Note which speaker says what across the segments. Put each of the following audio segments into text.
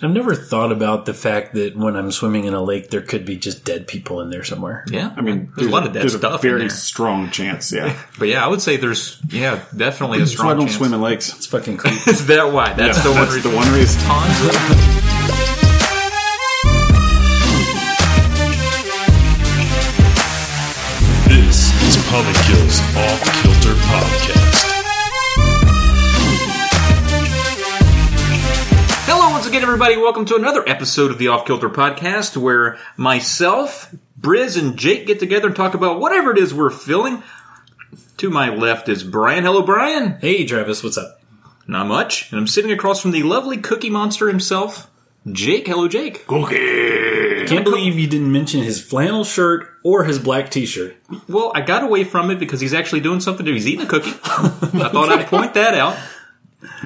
Speaker 1: I've never thought about the fact that when I'm swimming in a lake, there could be just dead people in there somewhere.
Speaker 2: Yeah,
Speaker 3: I mean,
Speaker 2: there's a lot of dead
Speaker 3: there's
Speaker 2: stuff.
Speaker 3: A very
Speaker 2: in there.
Speaker 3: strong chance, yeah.
Speaker 2: But yeah, I would say there's yeah definitely a
Speaker 3: That's why
Speaker 2: strong.
Speaker 3: I don't
Speaker 2: chance.
Speaker 3: swim in lakes.
Speaker 1: It's fucking creepy.
Speaker 2: Is that why? That's
Speaker 3: Yeah,
Speaker 2: the one.
Speaker 3: that's
Speaker 2: reason.
Speaker 3: the one reason.
Speaker 2: Tons of-
Speaker 4: This is Pumpkill's Off Kilter Podcast.
Speaker 2: Hello, once again, everybody. Welcome to another episode of the Off Kilter Podcast, where myself, Briz, and Jake get together and talk about whatever it is we're feeling. To my left is Brian. Hello, Brian.
Speaker 1: hey, Travis, what's up?
Speaker 2: Not much. And I'm sitting across from the lovely Cookie Monster himself, Jake. Hello, Jake.
Speaker 1: Can't believe you didn't mention his flannel shirt or his black T-shirt.
Speaker 2: Well, I got away from it because he's actually doing something. to He's eating a cookie. I thought I'd point that out.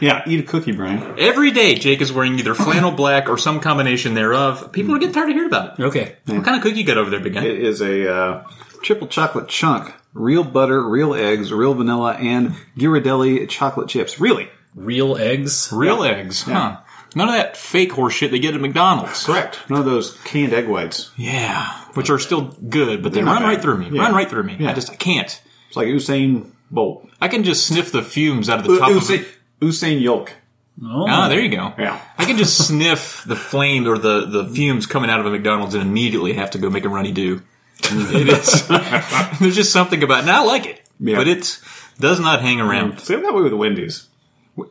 Speaker 3: Yeah, eat a cookie, Brian.
Speaker 2: Every day, Jake is wearing either flannel black or some combination thereof. People are getting tired of hearing about it.
Speaker 1: Okay,
Speaker 2: What kind of cookie you got over there, big guy?
Speaker 5: It is a uh, triple chocolate chunk, real butter, real eggs, real vanilla, and Ghirardelli chocolate chips. Really?
Speaker 1: real eggs.
Speaker 2: Real eggs, huh? None of that fake horse shit they get at McDonald's.
Speaker 5: Correct. None of those canned egg whites.
Speaker 2: Yeah, which are still good, but they
Speaker 5: not
Speaker 2: run
Speaker 5: bad.
Speaker 2: right through me.
Speaker 5: Yeah.
Speaker 2: Run right through me. I
Speaker 5: Yeah.
Speaker 2: just I can't.
Speaker 5: It's like Usain Bolt.
Speaker 2: I can just sniff the fumes out of the
Speaker 5: U-
Speaker 2: top of
Speaker 5: Usain,
Speaker 2: it.
Speaker 5: Usain Yolk.
Speaker 1: Oh,
Speaker 2: Ah, there you go.
Speaker 5: Yeah.
Speaker 2: I can just sniff the flame or the, the fumes coming out of a McDonald's and immediately have to go make a runny do. It is. there's just something about it. And I like it.
Speaker 5: Yeah. Mm.
Speaker 2: But it does not hang around.
Speaker 5: Same that way with Wendy's.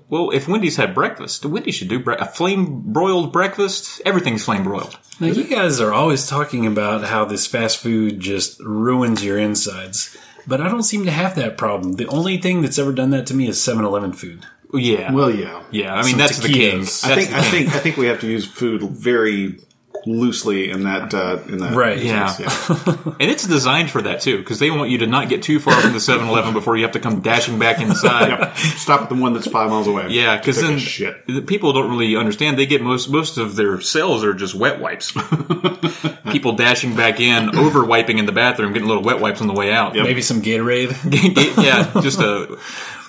Speaker 2: Well, if Wendy's had breakfast, Wendy's should do bre- a flame broiled breakfast. Everything's flame broiled.
Speaker 1: Now, you guys are always talking about how this fast food just ruins your insides, but I don't seem to have that problem. The only thing that's ever done that to me is 7-Eleven food.
Speaker 2: Yeah.
Speaker 5: Well, yeah.
Speaker 2: yeah, I mean, that's the king.
Speaker 1: taquitos.
Speaker 2: That's
Speaker 5: I think
Speaker 2: the
Speaker 5: I
Speaker 2: king.
Speaker 5: think I think we have to use food very loosely in that uh, in that
Speaker 1: Right.
Speaker 2: Yeah.
Speaker 5: yeah.
Speaker 2: And it's designed for that too, because they want you to not get too far from the 7-Eleven before you have to come dashing back inside.
Speaker 5: Yeah. Stop at the one that's five miles away.
Speaker 2: Yeah, because
Speaker 5: To take a
Speaker 2: then
Speaker 5: shit.
Speaker 2: the people don't really understand. They get most most of their sales are just wet wipes. people dashing back in, over wiping in the bathroom, getting little wet wipes on the way out.
Speaker 1: Maybe some Gatorade.
Speaker 2: yeah, just a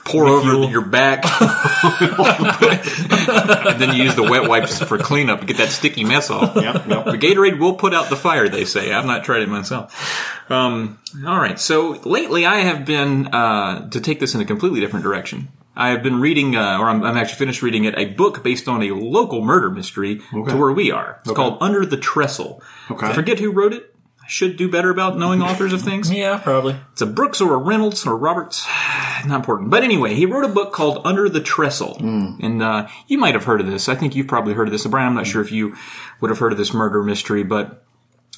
Speaker 2: pour over your back, and then you use the wet wipes for cleanup to get that sticky mess off.
Speaker 5: Yep, yep.
Speaker 2: But Gatorade will put out the fire, they say. I've not tried it myself. Um, all right. So lately, I have been uh, to take this in a completely different direction. I have been reading, uh, or I'm, I'm actually finished reading it, a book based on a local murder mystery to where we are. It's called Under the Trestle.
Speaker 5: Okay.
Speaker 2: I forget who wrote it. I should do better about knowing authors of things.
Speaker 1: yeah, probably.
Speaker 2: It's a Brooks or a Reynolds or a Roberts. Not important. But anyway, he wrote a book called Under the Trestle. And uh, you might have heard of this. I think you've probably heard of this. And Brian, I'm not sure if you would have heard of this murder mystery, but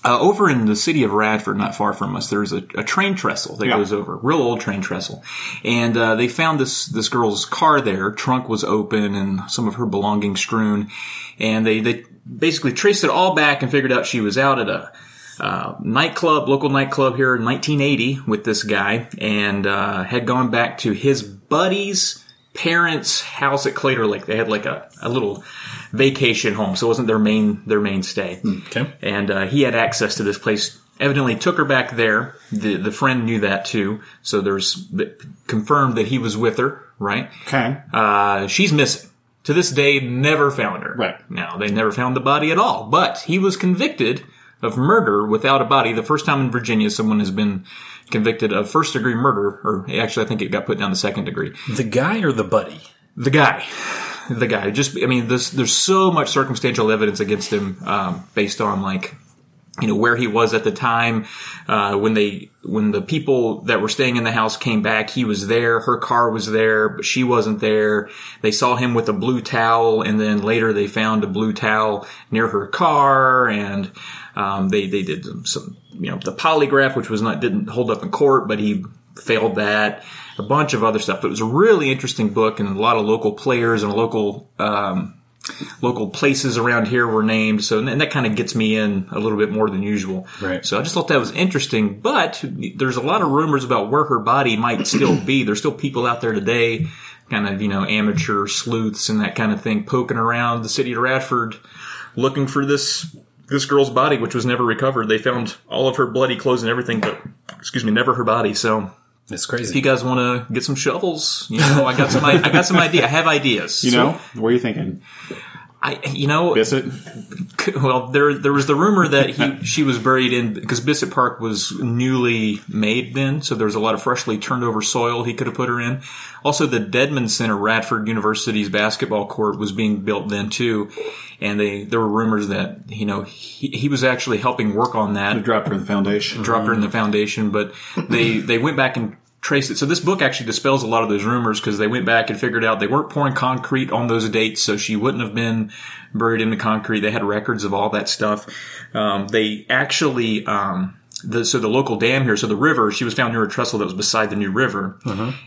Speaker 2: uh, over in the city of Radford, not far from us, there's a, a train trestle that goes over, real old train trestle, and uh, they found this this girl's car there. Trunk was open and some of her belongings strewn, and they they basically traced it all back and figured out she was out at a uh, nightclub, local nightclub here in 1980 with this guy, and uh, had gone back to his buddies parents' house at Clater Lake. They had like a, a little vacation home, so it wasn't their main their main stay.
Speaker 1: Okay.
Speaker 2: And uh, he had access to this place. Evidently, took her back there. The the friend knew that too, so there's confirmed that he was with her. Right?
Speaker 5: Okay.
Speaker 2: Uh, she's missing. To this day, never found her.
Speaker 5: Right.
Speaker 2: Now, they never found the body at all, but he was convicted of murder without a body. The first time in Virginia someone has been convicted of first degree murder, or actually, I think it got put down to second degree
Speaker 1: The guy or the buddy?
Speaker 2: the guy the guy just i mean this, there's so much circumstantial evidence against him um, based on like you know where he was at the time uh, when they when the people that were staying in the house came back he was there her car was there but she wasn't there they saw him with a blue towel and then later they found a blue towel near her car and um, they they did some you know the polygraph which was not didn't hold up in court but he failed that, a bunch of other stuff. But it was a really interesting book, and a lot of local players and local um, local places around here were named. So and that kind of gets me in a little bit more than usual.
Speaker 1: Right.
Speaker 2: So I just thought that was interesting. But there's a lot of rumors about where her body might still be. There's still people out there today. Kind of, you know, amateur sleuths and that kind of thing, poking around the city of Radford, looking for this this girl's body, which was never recovered. They found all of her bloody clothes and everything, but excuse me, never her body. So
Speaker 1: That's
Speaker 2: if you
Speaker 1: crazy.
Speaker 2: guys want to get some shovels, you know, I got some, I got some idea. I have ideas.
Speaker 5: You know, what are you thinking?
Speaker 2: I, you know,
Speaker 3: Bissett.
Speaker 2: well, there there was the rumor that he she was buried in because Bissett Park was newly made then, so there was a lot of freshly turned over soil he could have put her in. Also, the Dedman Center, Radford University's basketball court, was being built then too, and they there were rumors that you know he, he was actually helping work on that
Speaker 5: dropped her in the foundation.
Speaker 2: drop her in the foundation, but they they went back and traced it. So this book actually dispels a lot of those rumors because they went back and figured out they weren't pouring concrete on those dates, so she wouldn't have been buried in the concrete. They had records of all that stuff. Um, they actually. Um, the, so the local dam here, so the river, she was found near a trestle that was beside the new river,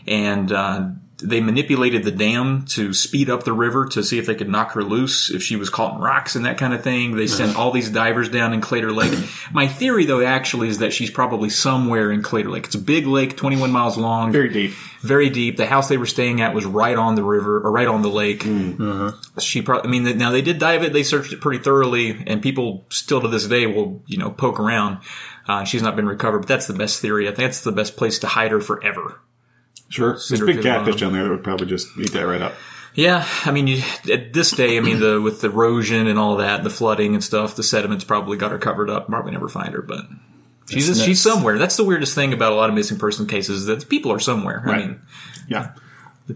Speaker 2: and uh, they manipulated the dam to speed up the river to see if they could knock her loose if she was caught in rocks and that kind of thing. They sent all these divers down in Clater Lake. My theory, though, actually, is that she's probably somewhere in Clater Lake. It's a big lake, 21 miles long,
Speaker 3: Very deep.
Speaker 2: very deep. The house they were staying at was right on the river or right on the lake.
Speaker 3: Mm, uh-huh.
Speaker 2: She probably, I mean, th- now they did dive it. They searched it pretty thoroughly, and people still to this day will, you know, poke around. Uh, she's not been recovered, but that's the best theory. I think that's the best place to hide her forever.
Speaker 5: Sure.
Speaker 3: There's a big
Speaker 2: Centerfield
Speaker 3: catfish
Speaker 2: Island.
Speaker 3: down there that would probably just eat that right up.
Speaker 2: Yeah, I mean, you, at this day, I mean, the with the erosion and all that, the flooding and stuff, the sediments probably got her covered up. Probably never find her, but she's she's somewhere. That's the weirdest thing about a lot of missing person cases is that people are somewhere. I
Speaker 3: Right.
Speaker 2: mean,
Speaker 3: Yeah.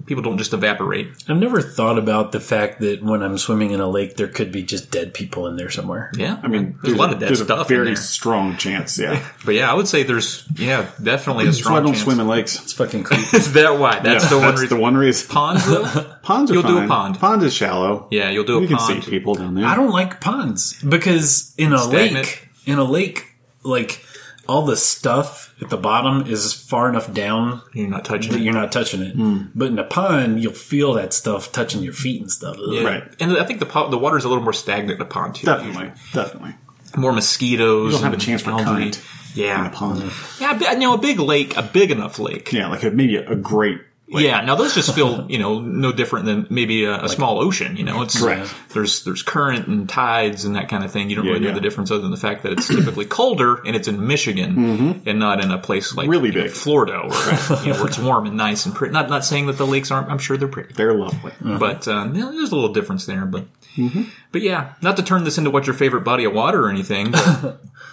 Speaker 2: people don't just evaporate.
Speaker 1: I've never thought about the fact that when I'm swimming in a lake, there could be just dead people in there somewhere.
Speaker 2: Yeah,
Speaker 3: I mean,
Speaker 2: there's a lot of dead
Speaker 3: there's
Speaker 2: stuff. in
Speaker 3: very
Speaker 2: there.
Speaker 3: strong chance. Yeah.
Speaker 2: But yeah, I would say there's yeah definitely a
Speaker 3: That's why I
Speaker 2: strong.
Speaker 3: don't
Speaker 2: chance.
Speaker 3: swim in lakes.
Speaker 1: It's fucking creepy.
Speaker 2: It's that wide. That's
Speaker 3: Yeah,
Speaker 2: the one
Speaker 3: that's
Speaker 2: reason.
Speaker 3: the one reason.
Speaker 2: Ponds though.
Speaker 3: Ponds are
Speaker 2: You'll do a
Speaker 3: fine.
Speaker 2: pond.
Speaker 3: Pond is shallow.
Speaker 2: yeah, you'll do a
Speaker 3: You can
Speaker 2: pond.
Speaker 3: see people down there.
Speaker 1: I don't like ponds because in a
Speaker 2: Stagnant.
Speaker 1: lake, in a lake, like all the stuff at the bottom is far enough down
Speaker 2: You're not
Speaker 1: that
Speaker 2: touching it.
Speaker 1: you're not touching it. But in a pond, you'll feel that stuff touching your feet and stuff. Ugh.
Speaker 2: Yeah.
Speaker 3: Right.
Speaker 2: And I think the po- the water's a little more stagnant in a pond too.
Speaker 3: Definitely. Definitely.
Speaker 2: More mosquitoes.
Speaker 3: You don't have a
Speaker 2: and
Speaker 3: chance for
Speaker 2: algae.
Speaker 3: current in a
Speaker 2: Yeah.
Speaker 3: pond.
Speaker 2: Yeah. but, You know, a big lake, a big enough lake.
Speaker 3: Yeah, like a, maybe a great.
Speaker 2: Yeah, now those just feel you know no different than maybe a, a small ocean. You know, it's
Speaker 3: Correct.
Speaker 2: There's there's current and tides and that kind of thing. You don't really
Speaker 3: yeah.
Speaker 2: know the difference other than the fact that it's typically colder and it's in Michigan and not in a place like
Speaker 3: Mm-hmm. Really
Speaker 2: you know,
Speaker 3: big.
Speaker 2: Florida or you know, where it's warm and nice and pretty. Not not saying that the lakes aren't. I'm sure they're pretty,
Speaker 3: They're lovely.
Speaker 2: but um, you know, there's a little difference there. But
Speaker 3: Mm-hmm.
Speaker 2: but yeah, not to turn this into what's your favorite body of water or anything.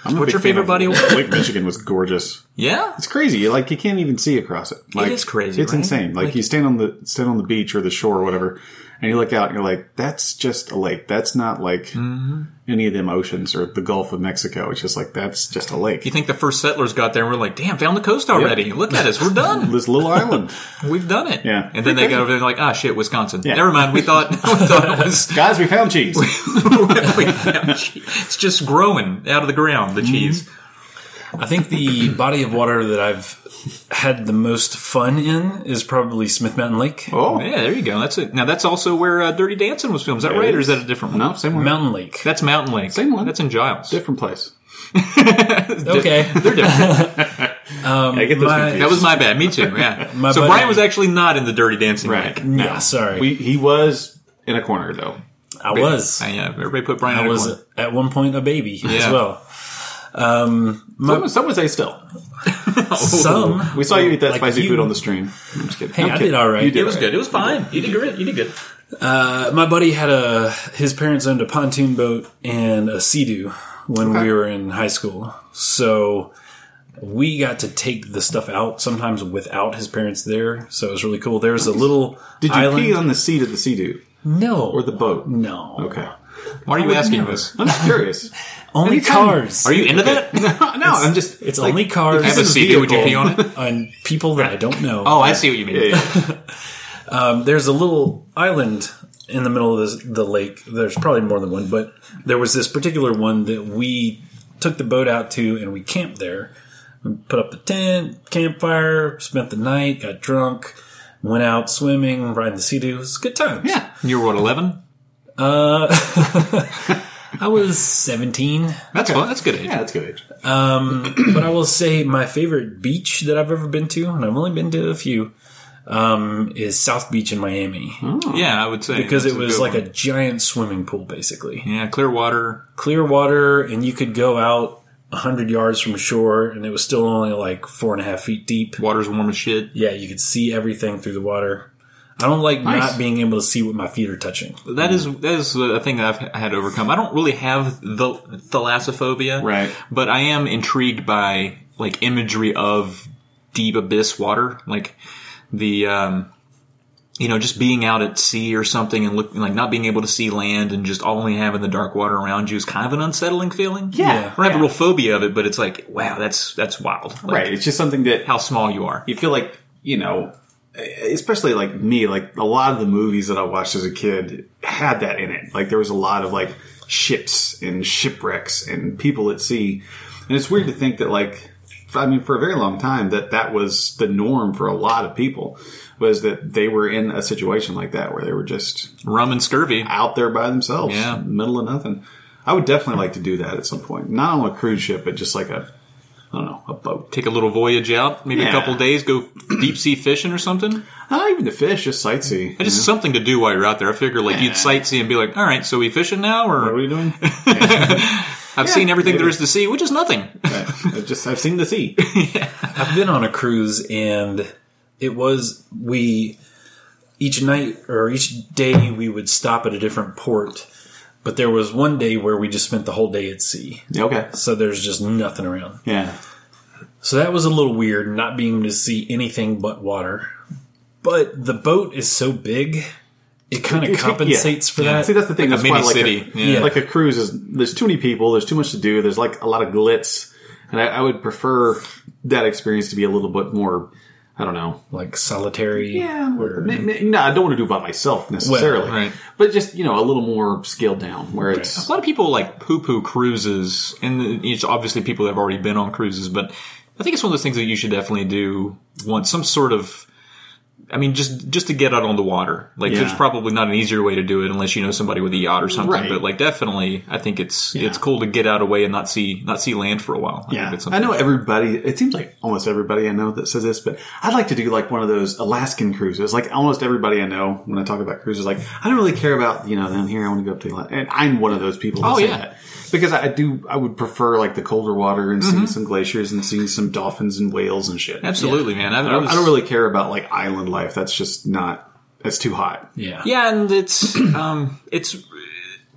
Speaker 2: But
Speaker 3: I'm a
Speaker 2: What's
Speaker 3: big
Speaker 2: your
Speaker 3: fan
Speaker 2: favorite
Speaker 3: of-
Speaker 2: body of
Speaker 3: Lake Michigan was gorgeous.
Speaker 2: yeah,
Speaker 3: It's crazy. Like you can't even see across it. Like,
Speaker 2: is crazy,
Speaker 3: It's
Speaker 2: right?
Speaker 3: insane. Like,
Speaker 2: Like-
Speaker 3: you stand on the stand on the beach or the shore or whatever, and you look out and you're like, that's just a lake. That's not like
Speaker 1: Mm-hmm.
Speaker 3: any of them oceans or the Gulf of Mexico. It's just like that's just a lake.
Speaker 2: you think the first settlers got there and were like, damn, found the coast already. Look at us, we're done.
Speaker 3: this little island.
Speaker 2: We've done it.
Speaker 3: Yeah.
Speaker 2: And then they got over there and like, ah, shit, Wisconsin.
Speaker 3: Yeah.
Speaker 2: Never mind. We thought, we thought it was.
Speaker 3: Guys, we found cheese.
Speaker 2: we found cheese. it's just growing out of the ground, the cheese.
Speaker 1: I think the body of water that I've had the most fun in is probably Smith Mountain Lake.
Speaker 3: Oh,
Speaker 2: Yeah, there you go. That's it. Now, that's also where uh, Dirty Dancing was filmed. Is that right? Or is that a different one?
Speaker 3: no, same one.
Speaker 1: Mountain Lake.
Speaker 2: That's Mountain Lake.
Speaker 3: Same one.
Speaker 2: That's in Giles.
Speaker 3: Different place.
Speaker 1: okay.
Speaker 2: They're different.
Speaker 3: I get those
Speaker 1: Um, my-
Speaker 3: confused.
Speaker 2: that was my bad. Me too. Yeah. so
Speaker 1: buddy-
Speaker 2: Brian was actually not in the Dirty Dancing.
Speaker 3: Right.
Speaker 2: Lake.
Speaker 1: Yeah, sorry.
Speaker 3: We, he was in a corner though.
Speaker 1: I was.
Speaker 2: Uh, yeah. Everybody put Brian
Speaker 1: I
Speaker 2: in a
Speaker 1: was
Speaker 2: corner.
Speaker 1: at one point a baby as
Speaker 2: Yeah.
Speaker 1: well.
Speaker 3: Someone, someone say still.
Speaker 1: Some.
Speaker 3: We saw you eat that
Speaker 1: Like
Speaker 3: spicy
Speaker 1: you-
Speaker 3: food on the stream. I'm just kidding.
Speaker 1: Hey,
Speaker 3: I'm
Speaker 1: I
Speaker 3: kidding.
Speaker 1: did all right.
Speaker 3: You did
Speaker 2: It was
Speaker 3: all right.
Speaker 2: good. It was fine. You did good. You did good.
Speaker 1: Uh, my buddy had a his parents owned a pontoon boat and a sea-doo when we were in high school. So we got to take the stuff out sometimes without his parents there. So it was really cool. There was a little
Speaker 3: Did you
Speaker 1: island.
Speaker 3: pee on the seat of the sea dude
Speaker 1: no.
Speaker 3: or the boat?
Speaker 1: no.
Speaker 3: Okay.
Speaker 2: Why are you asking this?
Speaker 3: I'm just curious.
Speaker 1: Only
Speaker 3: Anytime-
Speaker 1: cars.
Speaker 2: Are you into that?
Speaker 3: no, I'm just.
Speaker 1: it's only cars.
Speaker 2: I have a
Speaker 3: is a
Speaker 2: CD. Would you
Speaker 3: vehicle.
Speaker 2: pee on it?
Speaker 1: on people that I don't know.
Speaker 2: Oh, I see what you mean.
Speaker 1: there's a little island in the middle of this, the lake. There's probably more than one, but there was this particular one that we took the boat out to and we camped there. We put up the tent, campfire, spent the night, got drunk, went out swimming, riding the sea doo. It was good times.
Speaker 2: Yeah. You were what, 11?
Speaker 1: I was 17,
Speaker 2: That's fun. That's good age.
Speaker 3: Yeah, that's a good age.
Speaker 1: but I will say my favorite beach that I've ever been to, and I've only been to a few, um, is South Beach in Miami
Speaker 2: Yeah, I would say
Speaker 1: because
Speaker 2: Hmm.
Speaker 1: it
Speaker 2: that's a
Speaker 1: was
Speaker 2: good
Speaker 1: like
Speaker 2: one.
Speaker 1: a giant swimming pool, basically.
Speaker 2: yeah clear water.
Speaker 1: clear water and you could go out 100 yards from shore and it was still only like four and a half feet deep
Speaker 2: Water's warm as shit.
Speaker 1: yeah you could see everything through the water I don't like
Speaker 5: Nice.
Speaker 1: not being able to see what my feet are touching.
Speaker 2: That is that is a thing that I've had to overcome. I don't really have the thalassophobia,
Speaker 5: Right.
Speaker 2: But I am intrigued by like imagery of deep abyss water, like the um, you know just being out at sea or something and look like not being able to see land and just only having the dark water around you is kind of an unsettling feeling.
Speaker 1: Yeah.
Speaker 2: I don't have a real phobia of it, but it's like wow, that's that's wild. Like,
Speaker 3: right. It's just something that
Speaker 2: How small you are.
Speaker 3: you feel like you know especially like me like a lot of the movies that i watched as a kid had that in it like there was a lot of like ships and shipwrecks and people at sea and it's weird to think that like i mean for a very long time that that was the norm for a lot of people was that they were in a situation like that where they were just
Speaker 2: Rum and scurvy.
Speaker 3: out there by themselves
Speaker 2: Yeah.
Speaker 3: middle of nothing i would definitely like to do that at some point not on a cruise ship but just like a i don't know a boat
Speaker 2: Take a little voyage out, maybe
Speaker 3: Yeah.
Speaker 2: a couple days, go deep sea fishing or something.
Speaker 3: not even to fish just sightsee
Speaker 2: It's just something to do while you're out there. I figure like you'd sightsee and be like, all right, so we fishing now,
Speaker 3: what are
Speaker 2: or
Speaker 3: we doing
Speaker 2: I've seen everything there is to see, which is nothing.
Speaker 3: I just I've seen the sea.
Speaker 1: I've been on a cruise and it was we each night or each day we would stop at a different port, but there was one day where we just spent the whole day at sea.
Speaker 3: okay.
Speaker 1: So there's just nothing around.
Speaker 3: Yeah.
Speaker 1: So that was a little weird, not being able to see anything but water. But the boat is so big, it kind of compensates for that.
Speaker 3: See, that's the thing.
Speaker 2: Uh, Like a
Speaker 3: that's why,
Speaker 2: mini
Speaker 3: like,
Speaker 2: city.
Speaker 3: A,
Speaker 2: Yeah.
Speaker 3: like a cruise is there's too many people. There's too much to do. There's like a lot of glitz, and I, I would prefer that experience to be a little bit more. I don't know.
Speaker 1: like solitary.
Speaker 3: Or- m- m- no, I don't want to do it by myself necessarily.
Speaker 2: Well, right.
Speaker 3: But just you know, a little more scaled down, where
Speaker 2: A
Speaker 3: it's
Speaker 2: lot of people like poo-poo cruises, and it's obviously people that have already been on cruises, but I think it's one of those things that you should definitely do. Want some sort of, I mean, just just to get out on the water. Like,
Speaker 3: Yeah.
Speaker 2: there's probably not an easier way to do it unless you know somebody with a yacht or something.
Speaker 3: Right.
Speaker 2: But like, definitely, I think it's it's cool to get out away and not see not see land for a while. I, think
Speaker 3: yeah.
Speaker 2: that's
Speaker 3: I
Speaker 2: something-
Speaker 3: know everybody. It seems like almost everybody I know that says this, but I'd like to do like one of those Alaskan cruises. Like almost everybody I know when I talk about cruises, like I don't really care about you know down here. I want to go up to Alaska, and I'm one of those people. That
Speaker 2: Oh,
Speaker 3: say
Speaker 2: yeah.
Speaker 3: that. because I do. I would prefer like the colder water and seeing some glaciers and seeing some dolphins and whales and shit.
Speaker 2: Mm-hmm. Absolutely, man. I,
Speaker 3: I
Speaker 2: I
Speaker 3: don't,
Speaker 2: was-
Speaker 3: I don't really care about like island life. That's just not. That's too hot.
Speaker 1: Yeah.
Speaker 2: Yeah, and it's um, it's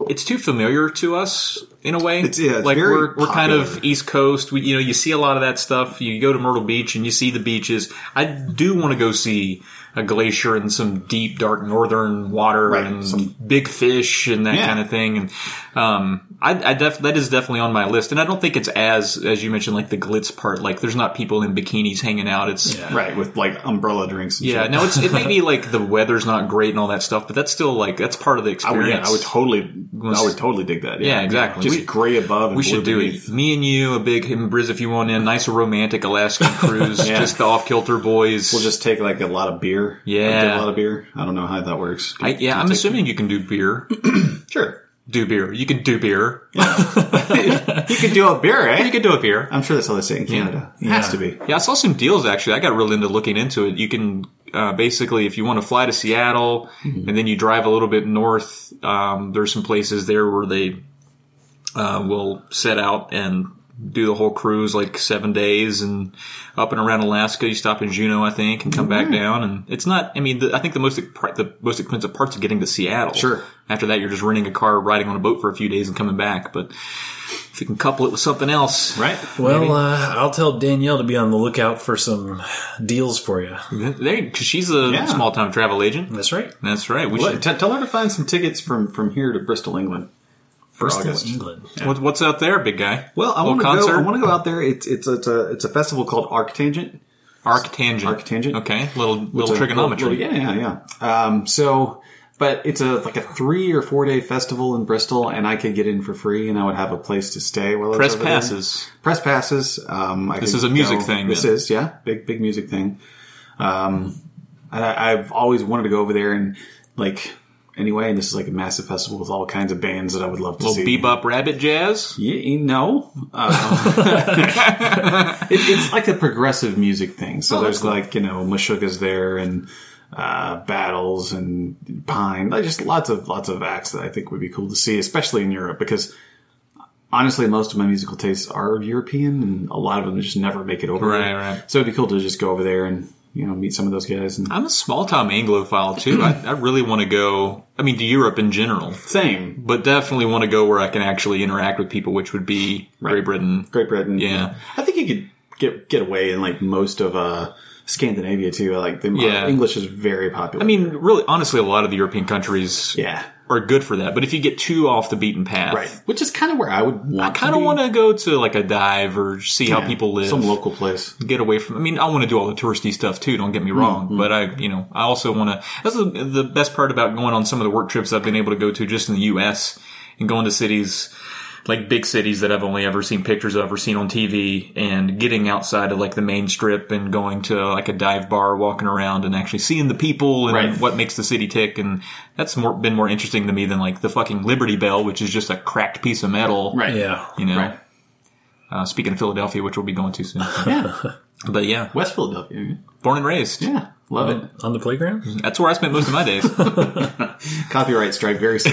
Speaker 2: it's too familiar to us in a way.
Speaker 3: It's- yeah, it's
Speaker 2: like
Speaker 3: very
Speaker 2: we're we're kind of
Speaker 3: popular.
Speaker 2: East Coast. We, you know, you see a lot of that stuff. You go to Myrtle Beach and you see the beaches. I do want to go see a glacier and some deep, dark northern water
Speaker 3: Right,
Speaker 2: and
Speaker 3: some-
Speaker 2: big fish and that
Speaker 3: Yeah.
Speaker 2: kind of thing. And um, I, I def- that is definitely on my list. And I don't think it's as as you mentioned, like the glitz part. Like there's not people in bikinis hanging out. It's
Speaker 3: Right, with like umbrella drinks. And
Speaker 2: yeah,
Speaker 3: shit.
Speaker 2: no, it's it may be like the weather's not great and all that stuff, but that's still like that's part of the
Speaker 3: I would,
Speaker 2: experience.
Speaker 3: yeah, I would totally, I would totally dig that.
Speaker 2: Yeah, exactly.
Speaker 3: Just
Speaker 2: We-
Speaker 3: gray above. And
Speaker 2: we
Speaker 3: blue
Speaker 2: should do
Speaker 3: beneath.
Speaker 2: it. Me and you, a big him Briz, if you want in, nice romantic Alaskan cruise,
Speaker 3: Yeah.
Speaker 2: just the off kilter boys.
Speaker 3: We'll just take like a lot of beer.
Speaker 2: Yeah.
Speaker 3: Like, get a lot of beer. I don't know how that works.
Speaker 2: I, yeah, I'm assuming you can do beer.
Speaker 3: sure
Speaker 2: Do beer. You can do beer.
Speaker 3: you could do a beer, eh?
Speaker 2: You can do a beer.
Speaker 3: I'm sure that's how they say it in Canada. It Has to be.
Speaker 2: Yeah, I saw some deals actually. I got real into looking into it. You can uh, basically, if you want to fly to Seattle
Speaker 3: Mm-hmm.
Speaker 2: and then you drive a little bit north, um, there's some places there where they uh, will set out and do the whole cruise like seven days and up and around Alaska. You stop in Juneau, I think, and come
Speaker 3: Mm-hmm.
Speaker 2: back down. And it's not. I mean, the, I think the most pr- the most expensive parts of getting to Seattle.
Speaker 3: Sure.
Speaker 2: After that, you're just renting a car, riding on a boat for a few days, and coming back. But if you can couple it with something else,
Speaker 3: Right?
Speaker 1: Well, uh, I'll tell Danielle to be on the lookout for some deals for you.
Speaker 2: There, because she's a
Speaker 3: Yeah.
Speaker 2: small time travel agent.
Speaker 1: That's right.
Speaker 2: That's right. We
Speaker 3: Well,
Speaker 2: should,
Speaker 3: t- tell her to find some tickets from from here to Bristol, England. For
Speaker 1: Bristol,
Speaker 3: August.
Speaker 1: England.
Speaker 2: what, what's out there, big guy?
Speaker 3: Well, I
Speaker 2: Little
Speaker 3: want to go.
Speaker 2: concert?
Speaker 3: I want to go out there. It's it's it's a it's a festival called Arctangent.
Speaker 2: Arctangent.
Speaker 3: Arctangent.
Speaker 2: Okay. Little little
Speaker 3: It's a
Speaker 2: trigonometry.
Speaker 3: little- little- yeah, yeah, yeah. Um, so, but it's a like a three or four day festival in Bristol, and I could get in for free, and I would have a place to stay while I was
Speaker 2: Press
Speaker 3: over there.
Speaker 2: passes.
Speaker 3: press passes. Um, I this
Speaker 2: is a music thing,
Speaker 3: This
Speaker 2: then.
Speaker 3: is yeah, big big music thing. Um, and I, I've always wanted to go over there and like anyway. And this is like a massive festival with all kinds of bands that I would love to
Speaker 2: Little
Speaker 3: see.
Speaker 2: bebop rabbit jazz.
Speaker 3: Yeah, you know, uh, Um, it, it's like a progressive music thing.
Speaker 2: Oh,
Speaker 3: So there's like you know Meshuggah's there and uh, battles and Pine. Like, just lots of lots of acts that I think would be cool to see, especially in Europe, because honestly, most of my musical tastes are European, and a lot of them just never make it over.
Speaker 2: Right,
Speaker 3: here.
Speaker 2: right.
Speaker 3: So it'd be cool to just go over there and you know meet some of those guys. And
Speaker 2: I'm a small time Anglophile too. I, I really want to go. I mean, to Europe in general,
Speaker 3: same
Speaker 2: but definitely want to go where I can actually interact with people, which would be Great Britain.
Speaker 3: Great Britain.
Speaker 2: Yeah.
Speaker 3: I think you could get get away in like most of uh, Scandinavia too. uh, Like the
Speaker 2: Yeah.
Speaker 3: English is very popular.
Speaker 2: I mean, really, honestly, a lot of the European countries
Speaker 3: yeah,
Speaker 2: are good for that. But if you get too off the beaten path,
Speaker 3: right. Which is kind of where I would want.
Speaker 2: I kind of want to go to like a dive or see how people live.
Speaker 3: Some local place.
Speaker 2: get away from. I mean, I want to do all the touristy stuff too. Don't get
Speaker 3: Mm,
Speaker 2: me wrong, but I, you know, I also want to. That's the, the best part about going on some of the work trips I've been able to go to just in the U.S. and going to cities like big cities that I've only ever seen pictures of or seen on TV, and getting outside of like the main strip and going to like a dive bar, walking around and actually seeing the people and
Speaker 3: Right.
Speaker 2: what makes the city tick. And that's more been more interesting to me than like the fucking Liberty Bell, which is just a cracked piece of metal.
Speaker 3: Right.
Speaker 1: Yeah.
Speaker 2: You know.
Speaker 3: Right.
Speaker 2: Uh, speaking of Philadelphia, which we'll be going to soon.
Speaker 3: Yeah.
Speaker 2: But yeah,
Speaker 3: West Philadelphia.
Speaker 2: born and raised.
Speaker 3: Yeah. Love it.
Speaker 1: On the playground?
Speaker 2: That's where I spent most of my days.
Speaker 3: Copyright strike very soon.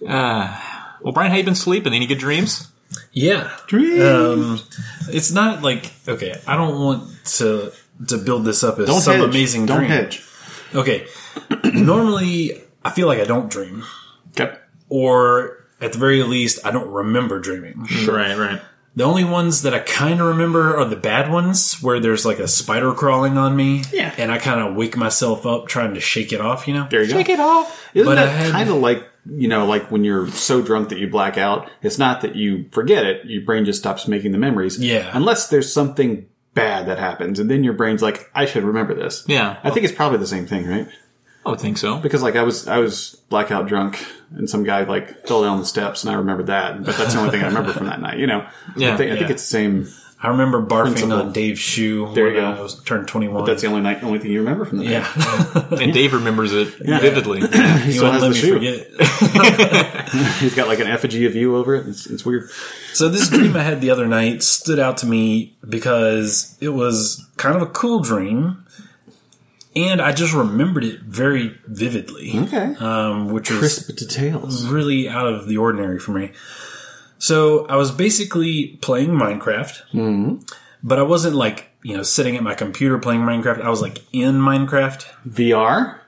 Speaker 2: well, Brian, how you been sleeping? Any good dreams?
Speaker 1: Yeah. Um, it's not like okay. I don't want to to build this up as some
Speaker 3: hedge.
Speaker 1: amazing
Speaker 3: Don't
Speaker 1: dream.
Speaker 3: hedge.
Speaker 1: Okay. Normally, I feel like I don't dream, or at the very least, I don't remember dreaming.
Speaker 2: Right, right.
Speaker 1: The only ones that I kind of remember are the bad ones, where there's like a spider crawling on me,
Speaker 3: Yeah.
Speaker 1: and I kind of wake myself up trying to shake it off. You know,
Speaker 3: There you go.
Speaker 2: it off.
Speaker 3: Isn't
Speaker 1: But I
Speaker 3: that
Speaker 1: had-
Speaker 3: kind of like you know, like when you're so drunk that you black out? It's not that you forget it; your brain just stops making the memories.
Speaker 1: Yeah.
Speaker 3: unless there's something bad that happens, and then your brain's like, "I should remember this."
Speaker 2: Yeah.
Speaker 3: I think it's probably the same thing, right?
Speaker 2: I would think so.
Speaker 3: Because like I was, I was blackout drunk, and some guy like fell down the steps, and I remembered that. But that's the only thing I remember from that night. You know,
Speaker 2: Yeah,
Speaker 3: I think, I think
Speaker 1: yeah.
Speaker 3: it's the same.
Speaker 1: I remember barfing
Speaker 3: Principle.
Speaker 1: on Dave's shoe
Speaker 3: There
Speaker 1: when
Speaker 3: you go.
Speaker 1: I was turned twenty one.
Speaker 3: That's the only night, only thing you remember from that. night.
Speaker 1: yeah,
Speaker 2: And Dave remembers it vividly.
Speaker 3: he
Speaker 1: you
Speaker 3: still
Speaker 1: wouldn't let
Speaker 3: has the
Speaker 1: me
Speaker 3: shoe.
Speaker 1: forget.
Speaker 3: He's got like an effigy of you over it. It's, it's weird.
Speaker 1: So this dream I had the other night stood out to me because it was kind of a cool dream, and I just remembered it very vividly.
Speaker 3: Okay,
Speaker 1: um, which was
Speaker 3: details.
Speaker 1: really out of the ordinary for me. So I was basically playing Minecraft, Mm-hmm. but I wasn't like you know sitting at my computer playing Minecraft. I was like in Minecraft.
Speaker 3: VR.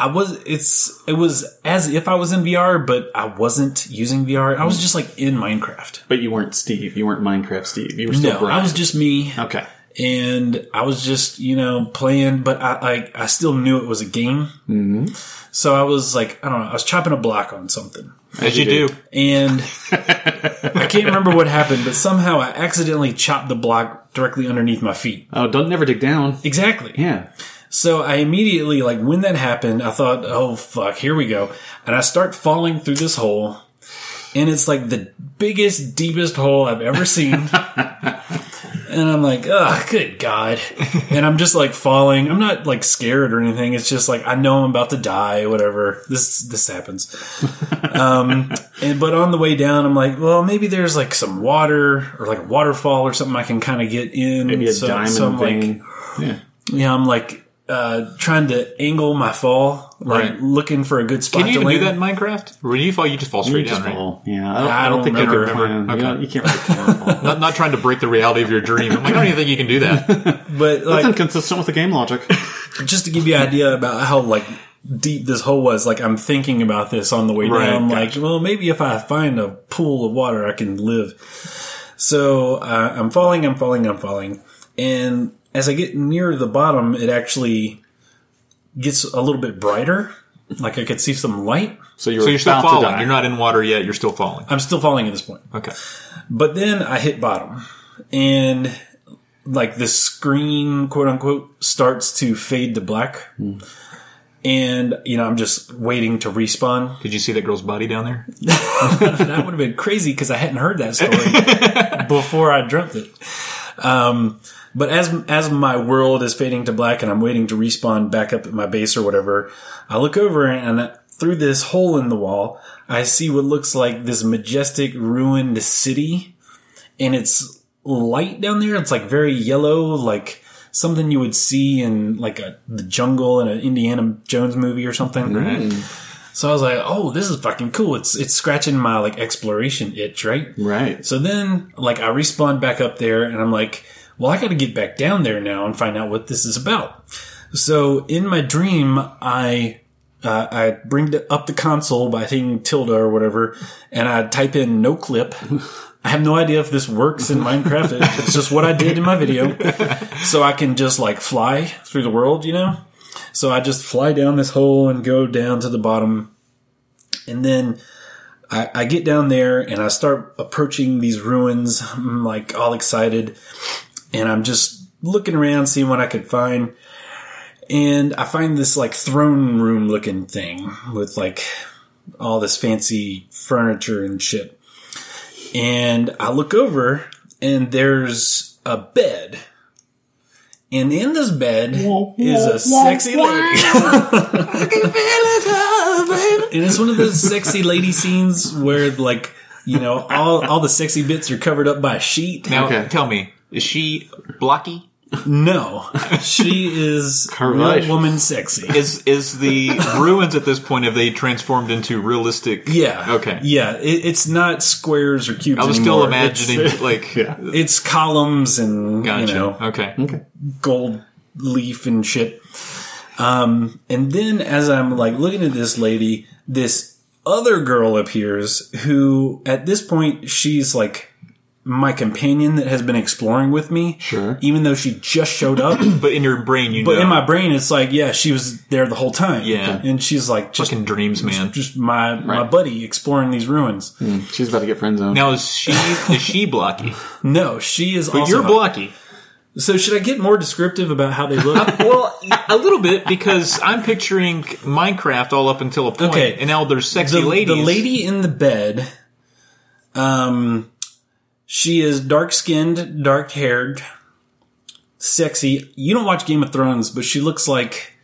Speaker 1: I was it's it was as if I was in VR, but I wasn't using VR. I was just like in Minecraft.
Speaker 3: But you weren't Steve. You weren't Minecraft Steve. You were still
Speaker 1: No,
Speaker 3: Brian.
Speaker 1: I was just me.
Speaker 3: okay.
Speaker 1: and I was just you know playing, but I I, I still knew it was a game. Mm-hmm. So I was like, I don't know, I was chopping a block on something,
Speaker 2: As you do.
Speaker 1: and I can't remember what happened, but somehow I accidentally chopped the block directly underneath my feet.
Speaker 3: Oh, don't never dig down.
Speaker 1: Exactly.
Speaker 3: Yeah.
Speaker 1: So I immediately like when that happened, I thought, oh fuck, here we go, and I start falling through this hole. And it's like the biggest, deepest hole I've ever seen. and I'm like, oh, good God. And I'm just like falling. I'm not like scared or anything. It's just like, I know I'm about to die, whatever. This, this happens. um, and, but on the way down, I'm like, well, maybe there's like some water or like a waterfall or something I can kind of get in.
Speaker 3: Maybe a
Speaker 1: So-
Speaker 3: diamond
Speaker 1: so I'm like,
Speaker 3: thing.
Speaker 1: yeah, I'm like uh, trying to angle my fall, like
Speaker 2: Right.
Speaker 1: looking for a good spot
Speaker 2: Can you
Speaker 1: to
Speaker 2: even
Speaker 1: land.
Speaker 2: do that in Minecraft? Or When you fall, you just fall
Speaker 3: You
Speaker 2: straight
Speaker 3: just
Speaker 2: down, right?
Speaker 3: fall. Yeah. I don't,
Speaker 1: I
Speaker 3: I don't
Speaker 1: don't
Speaker 3: think you
Speaker 1: remember.
Speaker 3: can plan.
Speaker 2: Okay.
Speaker 3: You, don't- you can't really plan. at all.
Speaker 2: Not, not trying to break the reality of your dream. I'm like, I don't even think you can do that.
Speaker 1: But
Speaker 3: That's
Speaker 1: like,
Speaker 3: inconsistent with the game logic.
Speaker 1: just to give you an idea about how like deep this hole was, like I'm thinking about this on the way
Speaker 3: Right,
Speaker 1: down.
Speaker 3: gotcha.
Speaker 1: Like, well, maybe if I find a pool of water, I can live. So uh, I'm falling, I'm falling, I'm falling, and as I get near the bottom, it actually gets a little bit brighter. Like I could see some light.
Speaker 3: So you're,
Speaker 2: So you're still
Speaker 3: about to
Speaker 2: falling.
Speaker 3: die.
Speaker 2: You're not in water yet. You're still falling.
Speaker 1: I'm still falling at this point.
Speaker 2: Okay.
Speaker 1: But then I hit bottom, and like the screen, quote unquote, starts to fade to black. And you know, I'm just waiting to respawn.
Speaker 2: Did you see that girl's body down there?
Speaker 1: That would have been crazy because I hadn't heard that story before I dreamt it. Um, but as as my world is fading to black and I'm waiting to respawn back up at my base or whatever, I look over and through this hole in the wall, I see what looks like this majestic ruined city, and it's light down there. It's like very yellow, like something you would see in like a the jungle in an Indiana Jones movie or something. So I was like, "Oh, this is fucking cool." It's it's scratching my like exploration itch, right?
Speaker 3: Right.
Speaker 1: So then, like, I respawn back up there, and I'm like, well, I got to get back down there now and find out what this is about. So in my dream, I uh, I bring the, up the console by hitting tilde or whatever, and I type in no clip. I have no idea if this works in Minecraft. It- It's just what I did in my video, so I can just like fly through the world, you know. So I just fly down this hole and go down to the bottom, and then. I, I get down there and I start approaching these ruins. I'm like all excited and I'm just looking around, seeing what I could find. And I find this like throne room looking thing with like all this fancy furniture and shit. And I look over and there's a bed. And in this bed is a sexy lady. and it's one of those sexy lady scenes where like, you know, all, all the sexy bits are covered up by a sheet.
Speaker 2: Now,
Speaker 3: Okay.
Speaker 2: tell me, is she blocky?
Speaker 1: No, she is real
Speaker 3: Carvation.
Speaker 1: woman sexy.
Speaker 2: Is is the ruins at this point have they transformed into realistic?
Speaker 1: Yeah.
Speaker 2: Okay.
Speaker 1: Yeah, it, it's not squares or cubes.
Speaker 2: I was still
Speaker 1: anymore.
Speaker 2: imagining
Speaker 1: It's,
Speaker 2: like
Speaker 1: it's columns and
Speaker 2: gotcha.
Speaker 1: you know
Speaker 2: okay.
Speaker 1: gold leaf and shit. Um, and then as I'm like looking at this lady, this other girl appears who at this point she's like my companion that has been exploring with me. Sure. Even though she just showed up.
Speaker 2: But in your brain, you
Speaker 1: But
Speaker 2: know,
Speaker 1: in my brain, it's like, yeah, she was there the whole time.
Speaker 2: Yeah.
Speaker 1: And she's like, just,
Speaker 2: fucking dreams, man.
Speaker 1: just my, my buddy exploring these ruins.
Speaker 2: Hmm.
Speaker 5: She's about to get friend zoned.
Speaker 2: Now is she is she blocky?
Speaker 1: No, she is also.
Speaker 2: You're blocky.
Speaker 1: so should I get more descriptive about how they look?
Speaker 2: Well, a little bit because I'm picturing Minecraft all up until a point,
Speaker 1: Okay.
Speaker 2: and now there's sexy
Speaker 1: the,
Speaker 2: ladies.
Speaker 1: the lady in the bed, um, she is dark skinned, dark haired, sexy. You don't watch Game of Thrones, but she looks like.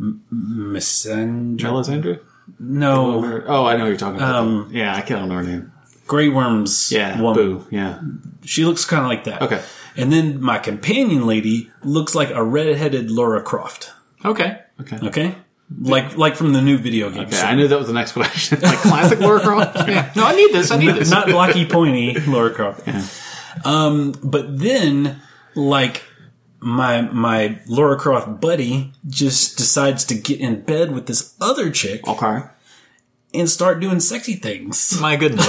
Speaker 1: M- Missandra?
Speaker 3: Alessandra?
Speaker 1: No,
Speaker 3: Oh, I know what you're talking about.
Speaker 1: Um,
Speaker 3: yeah, I can't remember her name.
Speaker 1: Grey Worm's
Speaker 3: Yeah,
Speaker 1: woman.
Speaker 3: Boo. Yeah.
Speaker 1: She looks kind of like that.
Speaker 3: Okay.
Speaker 1: And then my companion lady looks like a redheaded Laura Croft.
Speaker 2: okay,
Speaker 1: Okay? Like like from the new video game.
Speaker 3: Yeah, I knew that was the next question. like classic Laura Croft? Yeah.
Speaker 2: no, I need this. I need this.
Speaker 1: Not blocky pointy Laura Croft. Um but then like my my Laura Croft buddy just decides to get in bed with this other chick
Speaker 3: Okay.
Speaker 1: and start doing sexy things.
Speaker 2: My goodness.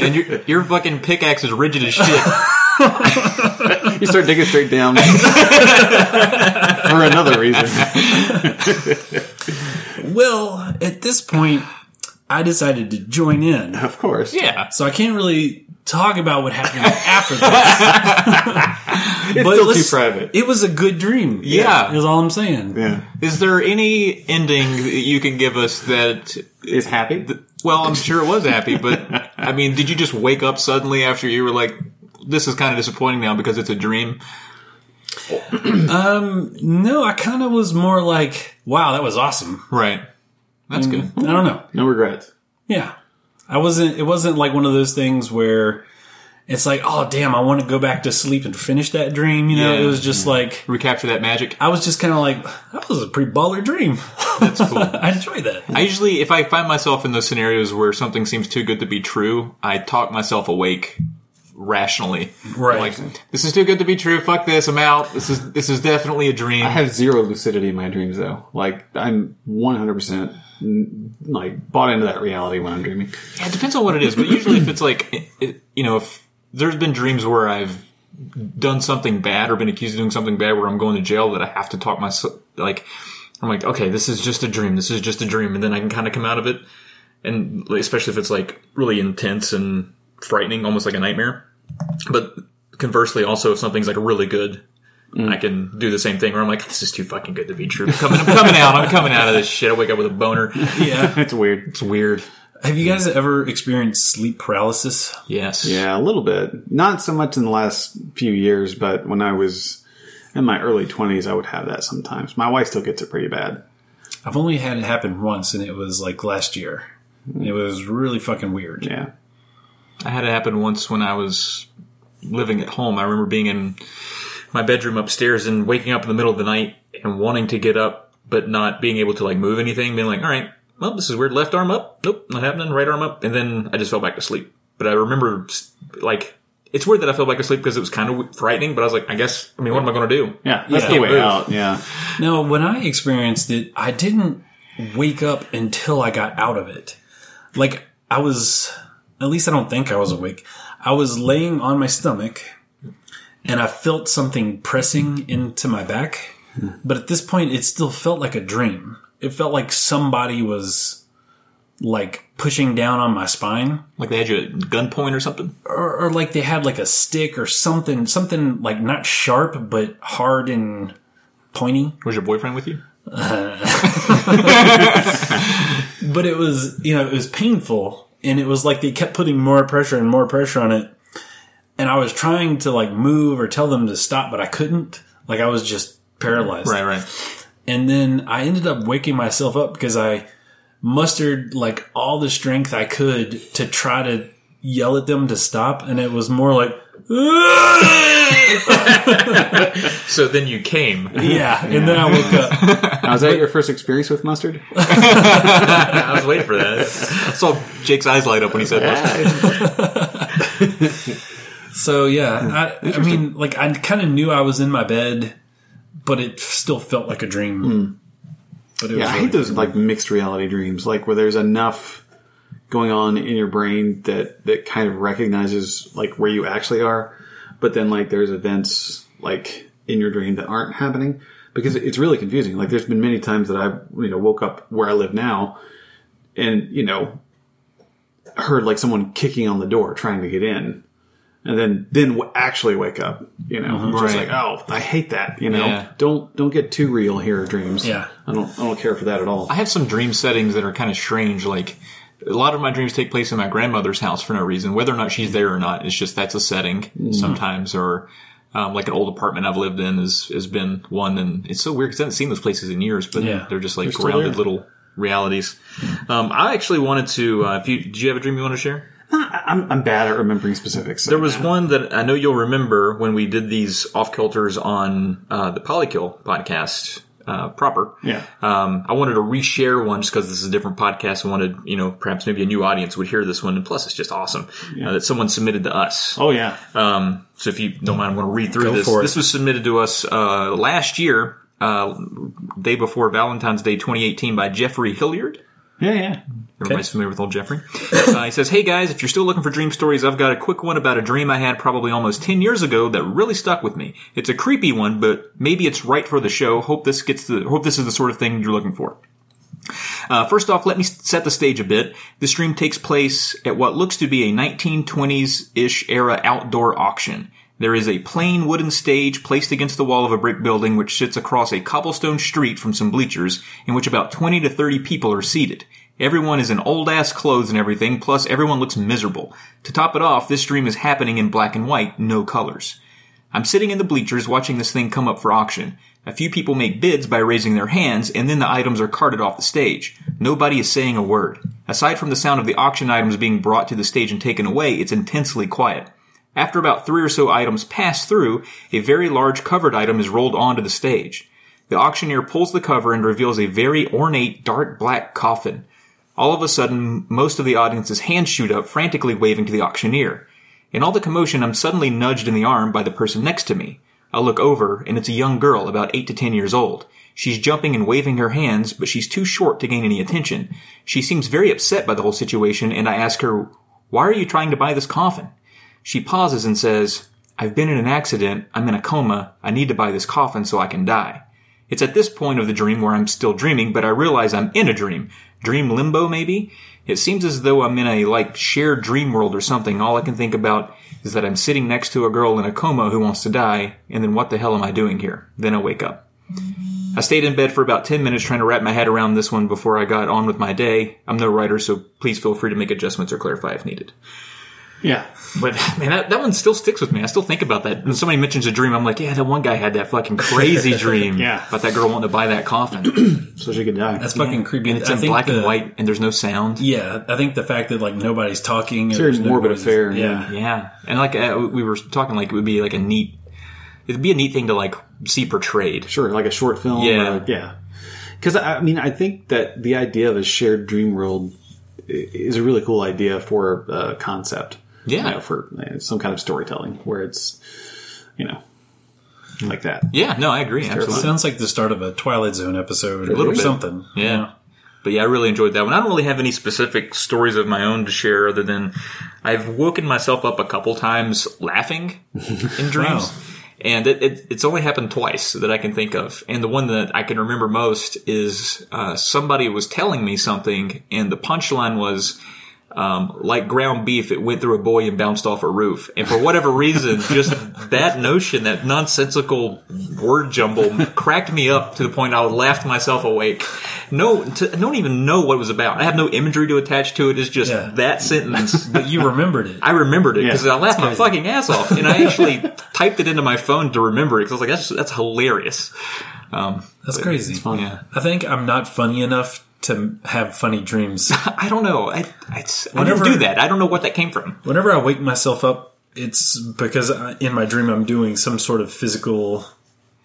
Speaker 2: and your your fucking pickaxe is rigid as shit.
Speaker 5: you start digging straight down for another reason.
Speaker 1: Well, at this point I decided to join in.
Speaker 3: Of course.
Speaker 2: Yeah.
Speaker 1: So I can't really talk about what happened after this.
Speaker 3: It's
Speaker 1: But
Speaker 3: still too
Speaker 1: let's-
Speaker 3: private.
Speaker 1: It was a good dream.
Speaker 2: Yeah.
Speaker 1: is all I'm saying.
Speaker 3: Yeah.
Speaker 2: Is there any ending that you can give us that?
Speaker 3: It's happy.
Speaker 2: Well, I'm sure it was happy, but I mean, did you just wake up suddenly after you were like, "This is kind of disappointing now because it's a dream"?
Speaker 1: No, I kind of was more like, wow, that was awesome.
Speaker 2: Right. That's good.
Speaker 1: I don't know.
Speaker 3: Mm-hmm. No regrets.
Speaker 1: Yeah, I wasn't. It wasn't like one of those things where it's like, oh damn, I want to go back to sleep and finish that dream. You know,
Speaker 2: Yeah.
Speaker 1: it was just like
Speaker 2: Recapture that magic.
Speaker 1: I was just kind of like, that was a pretty baller dream.
Speaker 2: That's cool.
Speaker 1: I enjoyed that.
Speaker 2: I usually, if I find myself in those scenarios where something seems too good to be true, I talk myself awake rationally.
Speaker 1: Right.
Speaker 2: Like, this is too good to be true. Fuck this. I'm out. This is this is definitely a dream.
Speaker 3: I have zero lucidity in my dreams, though. Like, I'm 100% n- like bought into that reality when I'm dreaming.
Speaker 2: Yeah, it depends on what it is, but usually if it's like, it, it, you know, if there's been dreams where I've done something bad or been accused of doing something bad where I'm going to jail that I have to talk myself, like, I'm like, okay, this is just a dream. This is just a dream. And then I can kind of come out of it. And like, especially if it's like really intense and frightening, almost like a nightmare. But conversely, also if something's like really good, I can do the same thing where I'm like, this is too fucking good to be true. I'm coming, I'm coming out. I'm coming out of this shit. I wake up with a boner.
Speaker 1: Yeah.
Speaker 3: It's weird.
Speaker 2: It's weird.
Speaker 1: Have you guys ever experienced sleep paralysis?
Speaker 2: Yes.
Speaker 3: Yeah, a little bit. Not so much in the last few years, but when I was in my early 20s, I would have that sometimes. My wife still gets it pretty bad.
Speaker 1: I've only had it happen once, and it was like last year. It was really fucking weird.
Speaker 3: Yeah.
Speaker 2: I had it happen once when I was living at home. I remember being in my bedroom upstairs and waking up in the middle of the night and wanting to get up, but not being able to like move anything, being like, all right, well, this is weird. Left arm up. Nope, not happening. Right arm up. And then I just fell back to sleep. But I remember like it's weird that I fell back asleep because it was kind of frightening, but I was like, I guess, I mean, what am I going to do?
Speaker 3: Yeah, that's
Speaker 1: Yeah.
Speaker 3: the way
Speaker 2: Move.
Speaker 3: out. Yeah,
Speaker 1: No, when I experienced it, I didn't wake up until I got out of it. Like I was, at least I don't think I was awake. I was laying on my stomach and I felt something pressing into my back. But at this point, it still felt like a dream. It felt like somebody was like pushing down on my spine
Speaker 2: Like they had you at gunpoint or something.
Speaker 1: or, or like they had like a stick or something, something like not sharp, but hard and pointy.
Speaker 2: Was your boyfriend with you?
Speaker 1: but it was you know it was painful and it was like they kept putting more pressure and more pressure on it and i was trying to like move or tell them to stop but i couldn't like i was just paralyzed
Speaker 2: right.
Speaker 1: and then i ended up waking myself up because i mustered like all the strength i could to try to yell at them to stop and it was more like
Speaker 2: So then you came.
Speaker 1: yeah and then i woke up
Speaker 5: Now, was that your first experience with mustard?
Speaker 2: I was waiting for that. I saw Jake's eyes light up when he said that.
Speaker 1: so
Speaker 3: Hmm.
Speaker 1: yeah i, I mean like i kind of knew i was in my bed but it still felt like a dream but it
Speaker 3: Hmm.
Speaker 1: was
Speaker 3: Yeah, I
Speaker 1: really-
Speaker 3: hate those like mixed reality dreams, like where there's enough going on in your brain that that kind of recognizes like where you actually are, but then like there's events like in your dream that aren't happening because it's really confusing. Like there's been many times that I you know woke up where I live now and you know heard like someone kicking on the door trying to get in. And then, then w- actually wake up, you know,
Speaker 1: Mm-hmm.
Speaker 3: just
Speaker 2: Right.
Speaker 3: like, oh, I hate that, you know,
Speaker 2: Yeah.
Speaker 3: don't, don't get too real here, dreams.
Speaker 1: Yeah.
Speaker 3: I don't I don't care for that at all.
Speaker 2: I have some dream settings that are kind of strange. Like a lot of my dreams take place in my grandmother's house for no reason, whether or not she's there or not. It's just that's a setting
Speaker 3: Mm-hmm.
Speaker 2: sometimes, or um, like an old apartment I've lived in has has been one, and it's so weird because I haven't seen those places in years, but
Speaker 1: Yeah.
Speaker 2: they're just like
Speaker 3: still
Speaker 2: grounded
Speaker 3: there.
Speaker 2: little realities. Um, I actually wanted to. Uh, if you do, you have a dream you want to share?
Speaker 3: I'm, I'm bad at remembering specifics.
Speaker 2: There was one that I know you'll remember when we did these off kilters on uh, the Polykill podcast uh, proper.
Speaker 3: yeah.
Speaker 2: Um, I wanted to reshare one just because this is a different podcast. I wanted, you know, perhaps maybe a new audience would hear this one. And plus, it's just awesome uh, that someone submitted to us.
Speaker 3: Oh yeah.
Speaker 2: Um, so if you don't mind, I'm going to read through
Speaker 1: Go
Speaker 2: this.
Speaker 1: for it.
Speaker 2: This was submitted to us uh, last year, uh, day before Valentine's Day 2018, by Jeffrey Hilliard.
Speaker 3: yeah, yeah.
Speaker 2: Everybody's familiar with old Jeffrey. Uh, he says, Hey guys, if you're still looking for dream stories, I've got a quick one about a dream I had probably almost 10 years ago that really stuck with me. It's a creepy one, but maybe it's right for the show. Hope this gets the, hope this is the sort of thing you're looking for. Uh, first off, let me s- set the stage a bit. This dream takes place at what looks to be a 1920s-ish era outdoor auction. There is a plain wooden stage placed against the wall of a brick building which sits across a cobblestone street from some bleachers in which about 20 to 30 people are seated. Everyone is in old ass clothes and everything, plus everyone looks miserable. To top it off, this dream is happening in black and white, no colors. I'm sitting in the bleachers watching this thing come up for auction. A few people make bids by raising their hands, and then the items are carted off the stage. Nobody is saying a word. Aside from the sound of the auction items being brought to the stage and taken away, it's intensely quiet. After about three or so items pass through, a very large covered item is rolled onto the stage. The auctioneer pulls the cover and reveals a very ornate dark black coffin. All of a sudden, most of the audience's hands shoot up, frantically waving to the auctioneer. In all the commotion, I'm suddenly nudged in the arm by the person next to me. I look over, and it's a young girl, about 8 to 10 years old. She's jumping and waving her hands, but she's too short to gain any attention. She seems very upset by the whole situation, and I ask her, Why are you trying to buy this coffin? She pauses and says, I've been in an accident, I'm in a coma, I need to buy this coffin so I can die. It's at this point of the dream where I'm still dreaming, but I realize I'm in a dream. Dream limbo, maybe? It seems as though I'm in a, like, shared dream world or something. All I can think about is that I'm sitting next to a girl in a coma who wants to die, and then what the hell am I doing here? Then I wake up. I stayed in bed for about 10 minutes trying to wrap my head around this one before I got on with my day. I'm no writer, so please feel free to make adjustments or clarify if needed.
Speaker 3: Yeah.
Speaker 2: But man, that, that one still sticks with me. I still think about that. When somebody mentions a dream, I'm like, yeah, that one guy had that fucking crazy dream
Speaker 3: Yeah.
Speaker 2: about that girl wanting to buy that coffin.
Speaker 3: So she could die.
Speaker 1: that's fucking creepy.
Speaker 2: And it's
Speaker 1: I
Speaker 2: in
Speaker 1: think
Speaker 2: black
Speaker 1: the-
Speaker 2: and white, and there's no sound.
Speaker 1: Yeah, I think the fact that like nobody's talking. It's
Speaker 3: very morbid affair, yeah.
Speaker 2: Yeah, and like uh, we were talking, like it would be like a neat, it'd be a neat thing to like see portrayed.
Speaker 3: sure, like a short film.
Speaker 2: Yeah.
Speaker 3: or- yeah. Because I I mean, I think that the idea of a shared dream world i- is a really cool idea for a concept.
Speaker 2: Yeah.
Speaker 3: you know, for uh, some kind of storytelling where it's, you know, like that.
Speaker 2: Yeah, no, I agree. Absolutely.
Speaker 1: Sounds like the start of a Twilight Zone episode or
Speaker 2: little bit.
Speaker 1: something.
Speaker 2: Yeah. But yeah, I really enjoyed that one. I don't really have any specific stories of my own to share other than I've woken myself up a couple times laughing in dreams. And it, it, it's only happened twice that I can think of. And the one that I can remember most is uh, somebody was telling me something, and the punchline was, um, like ground beef, it went through a buoy and bounced off a roof. And for whatever reason, just that notion, that nonsensical word jumble, cracked me up to the point I would laugh myself awake. No, to, I don't even know what it was about. I have no imagery to attach to it. It's just
Speaker 1: Yeah.
Speaker 2: that sentence.
Speaker 1: But you remembered it.
Speaker 2: I remembered it because
Speaker 3: Yeah.
Speaker 2: I laughed my fucking ass off, and I actually typed it into my phone to remember it because I was like, "That's that's hilarious." Um,
Speaker 1: That's crazy.
Speaker 2: yeah.
Speaker 1: I think I'm not funny enough to have funny dreams.
Speaker 2: I don't know. I I, I didn't
Speaker 1: Whenever-
Speaker 2: do that. I don't know what that came from.
Speaker 1: Whenever I wake myself up, it's because I, in my dream I'm doing some sort of physical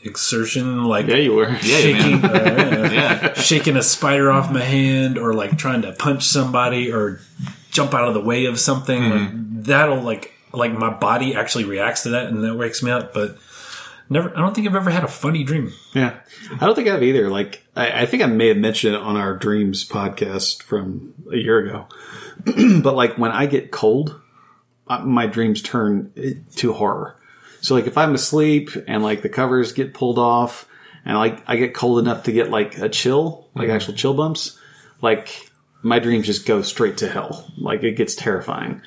Speaker 1: exertion, like
Speaker 3: Yeah, you were.
Speaker 2: Yeah,
Speaker 1: shaking,
Speaker 2: man.
Speaker 1: uh,
Speaker 2: Yeah.
Speaker 1: yeah, shaking a spider off my hand, or like trying to punch somebody, or jump out of the way of something. Like, that'll like like my body actually reacts to that, and that wakes me up. But never, I don't think I've ever had a funny dream.
Speaker 3: Yeah. I don't think I've either. Like, I, I think I may have mentioned it on our dreams podcast from a year ago. but like when I get cold, I, my dreams turn eh, to horror. So like if I'm asleep and like the covers get pulled off and like I get cold enough to get like a chill, like actual chill bumps, like my dreams just go straight to hell. Like it gets terrifying.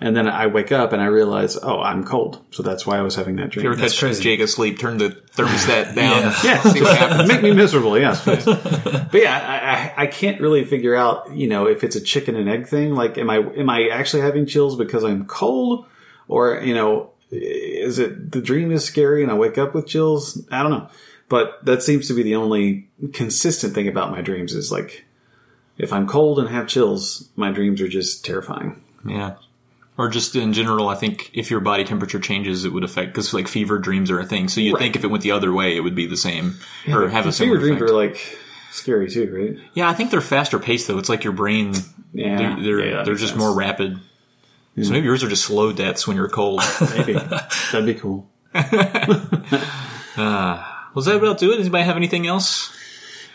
Speaker 3: And then I wake up and I realize, oh, I'm cold. So that's why I was having that dream.
Speaker 2: Ever catch
Speaker 1: crazy.
Speaker 2: Jake asleep, turn the thermostat down.
Speaker 3: Yeah.
Speaker 2: See what happens.
Speaker 3: make me miserable. Yes, please. but yeah, I, I, I can't really figure out, you know, if it's a chicken and egg thing. Like, am I am I actually having chills because I'm cold, or you know, is it the dream is scary and I wake up with chills? I don't know. But that seems to be the only consistent thing about my dreams is like, if I'm cold and have chills, my dreams are just terrifying.
Speaker 2: Yeah. Or just in general, I think if your body temperature changes, it would affect because like fever dreams are a thing. So you would think if it went the other way, it would be the same or have a
Speaker 3: Fever
Speaker 2: similar
Speaker 3: dreams
Speaker 2: effect.
Speaker 3: are like scary too, right?
Speaker 2: yeah, I think they're faster paced though. It's like your brain
Speaker 3: Yeah,
Speaker 2: they're they're,
Speaker 3: Yeah, that
Speaker 2: they're
Speaker 3: makes
Speaker 2: just
Speaker 3: sense.
Speaker 2: more rapid. So maybe yours are just slow deaths when you're cold.
Speaker 3: Maybe that'd be cool.
Speaker 2: Was that about to it? Anybody have anything else?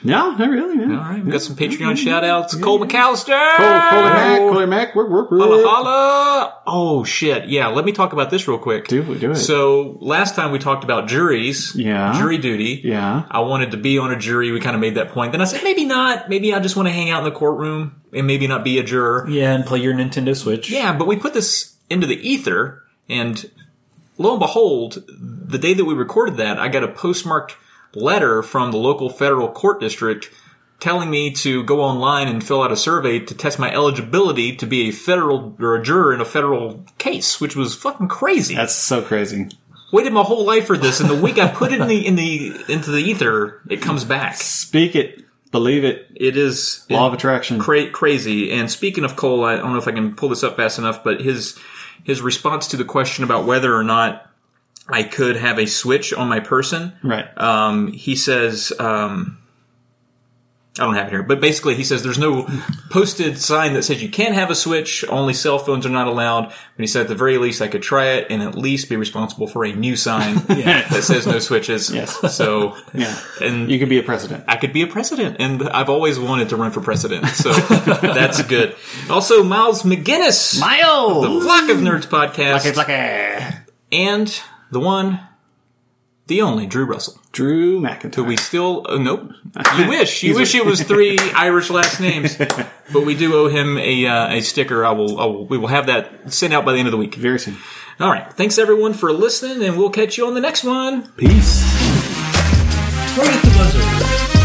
Speaker 3: No, not really, man.
Speaker 2: All right, we got some Patreon shout outs. Cole McAllister!
Speaker 3: Cole, Cole Mac, Cole Mac, work, work, work.
Speaker 2: Holla, holla! Oh shit! Yeah, let me talk about this real quick.
Speaker 3: Do it, do it.
Speaker 2: So last time we talked about juries,
Speaker 3: Yeah.
Speaker 2: jury duty.
Speaker 3: Yeah.
Speaker 2: I wanted to be on a jury. We kind of made that point. Then I said maybe not. Maybe I just want to hang out in the courtroom and maybe not be a juror.
Speaker 1: Yeah, and play your Nintendo Switch.
Speaker 2: Yeah, but we put this into the ether, and lo and behold, the day that we recorded that, I got a postmarked letter from the local federal court district telling me to go online and fill out a survey to test my eligibility to be a federal or a juror in a federal case, which was fucking crazy.
Speaker 3: That's so crazy.
Speaker 2: Waited my whole life for this, and the week I put it in the in the into the ether, it comes back.
Speaker 3: Speak it, believe it.
Speaker 2: It is
Speaker 3: Law of attraction.
Speaker 2: cra- crazy. And speaking of Cole, I don't know if I can pull this up fast enough, but his his response to the question about whether or not I could have a switch on my person,
Speaker 3: right.
Speaker 2: um, he says. Um, I don't have it here, but basically he says there's no posted sign that says you can't have a switch. Only cell phones are not allowed. But he said at the very least I could try it and at least be responsible for a new sign that says no switches.
Speaker 3: Yes.
Speaker 2: So
Speaker 3: yeah.
Speaker 2: and
Speaker 3: You could be a president.
Speaker 2: I could be a president, and I've always wanted to run for president, so that's good. Also, Miles McGinnis, the
Speaker 3: Miles!
Speaker 2: Flock of Nerds podcast,
Speaker 3: It's like a
Speaker 2: and the one, the only Drew Russell.
Speaker 3: Drew McIntyre.
Speaker 2: We still, oh, nope. You wish, you wish it was three Irish last names, but we do owe him a uh, a sticker. I will, I will, we will have that sent out by the end of the week.
Speaker 3: Very soon.
Speaker 2: All right, thanks everyone for listening, and we'll catch you on the next one.
Speaker 3: Peace.
Speaker 1: Right at the buzzer.